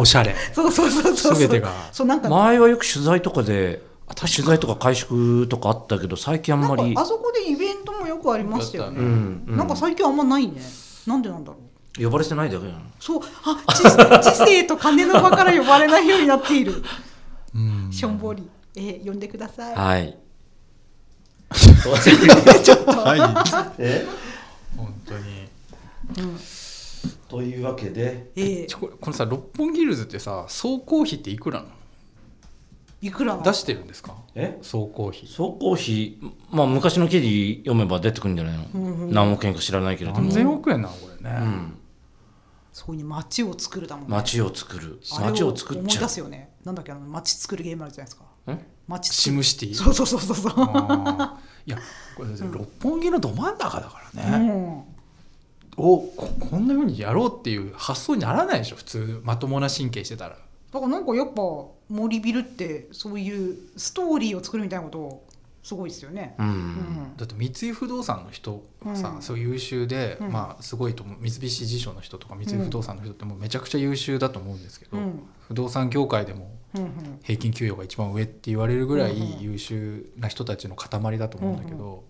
おしゃれ
そうそうそうそう
全てが
そうなんか
前はよく取材とかで取材とか会食とかあったけど最近あん
な
まり
んかあそこでイベントもよくありましたよね、
う
う
んうん
なんか最近あんまないねなんでなんだろう
呼ばれてないだけなの
そうあ知知性 と金の場から呼ばれないようになっている
うん
しょんぼりえー呼んでください
はい。
はい
え
本当に
うん
というわけで、
えー
ちょこれこのさ六本木ヒルズってさ総工費っていくらなの
いくら
出してるんですか
え
総工費
総工費、まあ昔の記事読めば出てくるんじゃないの、
うんうん
何億円か知らないけれども
何。千億円なのこれね、
うん。
そこに街を作るだもんね
街を作る。
あれ
街を作っ
思
ち
い
ゃ
出すよねなんだっけあの街作るゲームあるじゃないですか
う。ん
街
シ
作る
ムシティ
そうそうそうそうそう
あーいやこれ六本木のど真ん中だからね、
うん
をここんなふうにやろうっていう発想にならないでしょ普通まともな神経してたら
だからなんかやっぱ森ビルってそういうストーリーを作るみたいなことすごいですよね。
う。
うんん
だって三井不動産の人がさ、
うん
そう優秀で、
うん
まあすごいと思う三菱地所の人とか三井不動産の人ってもうめちゃくちゃ優秀だと思うんですけど、
うん
不動産業界でも
うんうん
平均給与が一番上って言われるぐら
うんうん
い優秀な人たちの塊だと思うんだけど、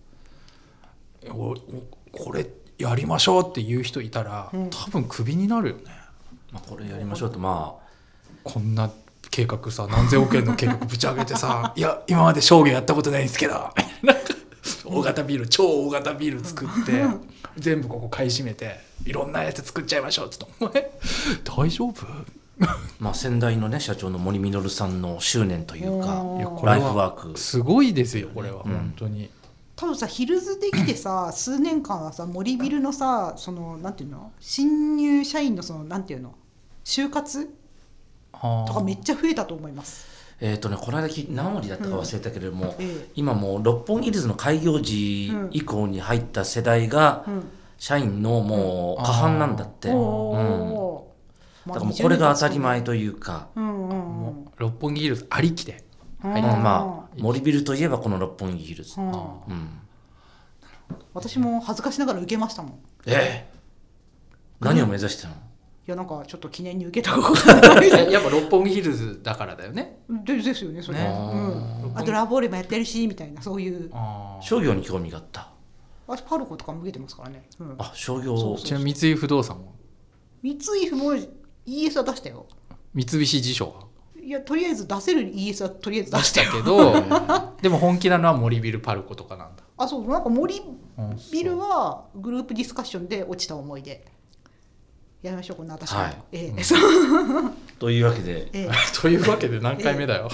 おおこれやりましょうっていう人いたら、
うん
多分クビになるよね
まあこれやりましょうと、ま
こんな計画さ何千億円の計画ぶち上げてさ いや今まで商業やったことないんですけど なんか大型ビール超大型ビール作って全部ここ買い占めていろんなやつ作っちゃいましょうっつって お前大丈夫
あ、まあ先代のね、社長の森実さんの執念というか、
うん
いやこれ
ラ
は
イフワーク。
すごいですよこれは本当に。
多分さヒルズできてさ数年間はさ森ビルのさそのなんていうの新入社員のそのなんていうの就活
あー
とかめっちゃ増えたと思います。
えっ、とね、この間き何割だったか忘れたけれども、
ええ
今もう六本木ヒルズの開業時以降に入った世代が、
うん、
社員のもう過半なんだって、うん、
おー
だからもうこれが当たり前。というか、
うんうんう
も
ん。
う六本木ヒルズありきで、
うん
うんまあ
うん
森ビルといえばこの六本木ヒルズ、
う
う
ん
ん、
私も恥ずかしながら受けましたもん。い
ええ何を目指してたの、
やなんかちょっと記念に受けた方 がいい
やっぱ六本木ヒルズだからだよね
でですよねそれ
ね
うん、あとラブオーレもやってるしみたいなそういう
あ
商業に興味があった
私パルコとかも受けてますからね、うん、
あ商業
そう
ちなみに三井不動産も
三井不も ES は出したよ
三菱地所はい
やとりあえず出せる ES はとりあえず出
出
し
したた
よ
けど でも本気なのは森ビルパルコとかなんだ、
あそうなんか森
うん
ビルはグループディスカッションで落ちた思い出やりましょうこんな私も、
はい
ええ
うん
そう
というわけで
ええ
というわけで何回目だよ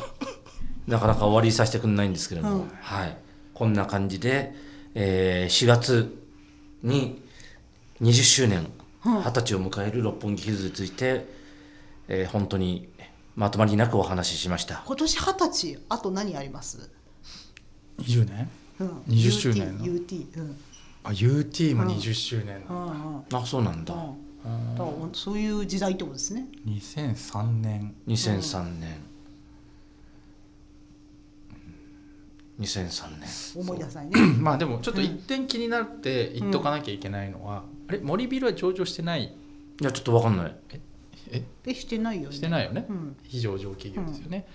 なかなか終わりさせてくれないんですけれども、
うん
はい、こんな感じで、えー4月に20周年
うん
二十歳を迎える六本木ヒルズについて、えー本当にまとまりなくお話ししました。
今年二十歳あと何あります、
20年
うん、
20周年の
UT, UT うん
あ UT も20周年
う
なんんだ、
うんうん
あそうなんだ、
だからほんとそういう時代ってことですね
2003年
2003年、2003年
思い出さないね
まあでもちょっと一点気になって言っとかなきゃいけないのは、あれ森ビルは上場してない
いやちょっとわかんない
え
えしてないよね
してないよね
うん
非上場企業ですよね、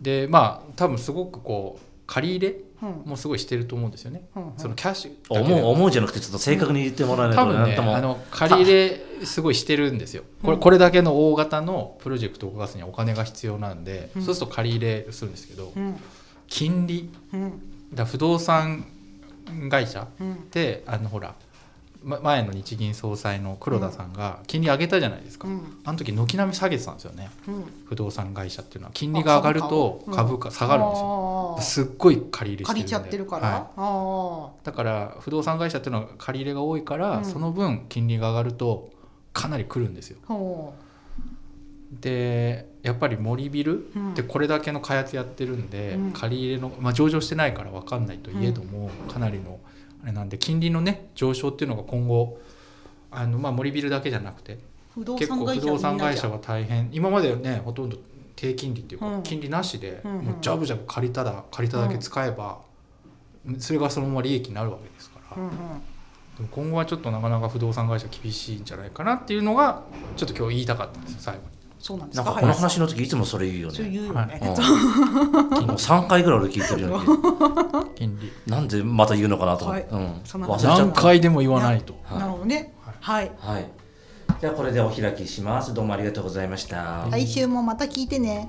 でまあ多分すごくこう借り入れ
うん
もすごいしてると思うんですよね、
うんうん
そのキャッシュだけ
思
で
う思うじゃなくてちょっと正確に言ってもらわない
多
と
分
なん
ね
とも、
あの借り入れすごいしてるんですよこれ
うん
これだけの大型のプロジェクトを動かすにはお金が必要なんで、
うん
そうすると借り入れするんですけど、
うん
ち金利
うん
だ不動産会社
うん
であのほら、ま、前の日銀総裁の黒田さんが金利上げたじゃないですか、
うん
あの時軒並み下げてたんですよね
うん
不動産会社っていうのは金利が上がると
あ
株
株
価下がるんですよ、
よ
すっごい借り入れしてるん
借
で
りちゃってるから、
はい
ああ
だから不動産会社っていうのは借り入れが多いから、
うん
その分金利が上がるとかなり来るんですよ
ほ
でやっぱり森ビル
う、うん
ってこれだけの開発やってるんで、
うん
借り入れの、まあ、上場してないから分かんないといえども、かなりのあれなんで金利のね上昇っていうのが今後あの、まあ、森ビルだけじゃなくて
不動
結
産
構
会
不
社
動
はみん
産
な
会
じゃ
社は大変今までねほとんど低金利っていうか、
うん
金利なしで、
うんうん
もうジャブジャブ借りたら借りただけ使えば、それがそのまま利益になるわけですから、
うんうん
でも今後はちょっとなかなか不動産会社厳しいんじゃないかなっていうのがちょっと今日言いたかったんですよ最後
そうなんです
なん
か
かこの
はい
話の時いつもそれ言うよ
そう
ね。
言うよね、
うん もう3回ぐらい俺聞いてるような気が
に金利
なんでまた言うのかなと思って、
は
うん、
そんな
忘れ
話
ちゃ
何
っ
回でも言わないと。
はい
なるほどねはい、
た。はい。じゃあこれでお開きします。どうもありがとうございました。
来週もまた聞いてね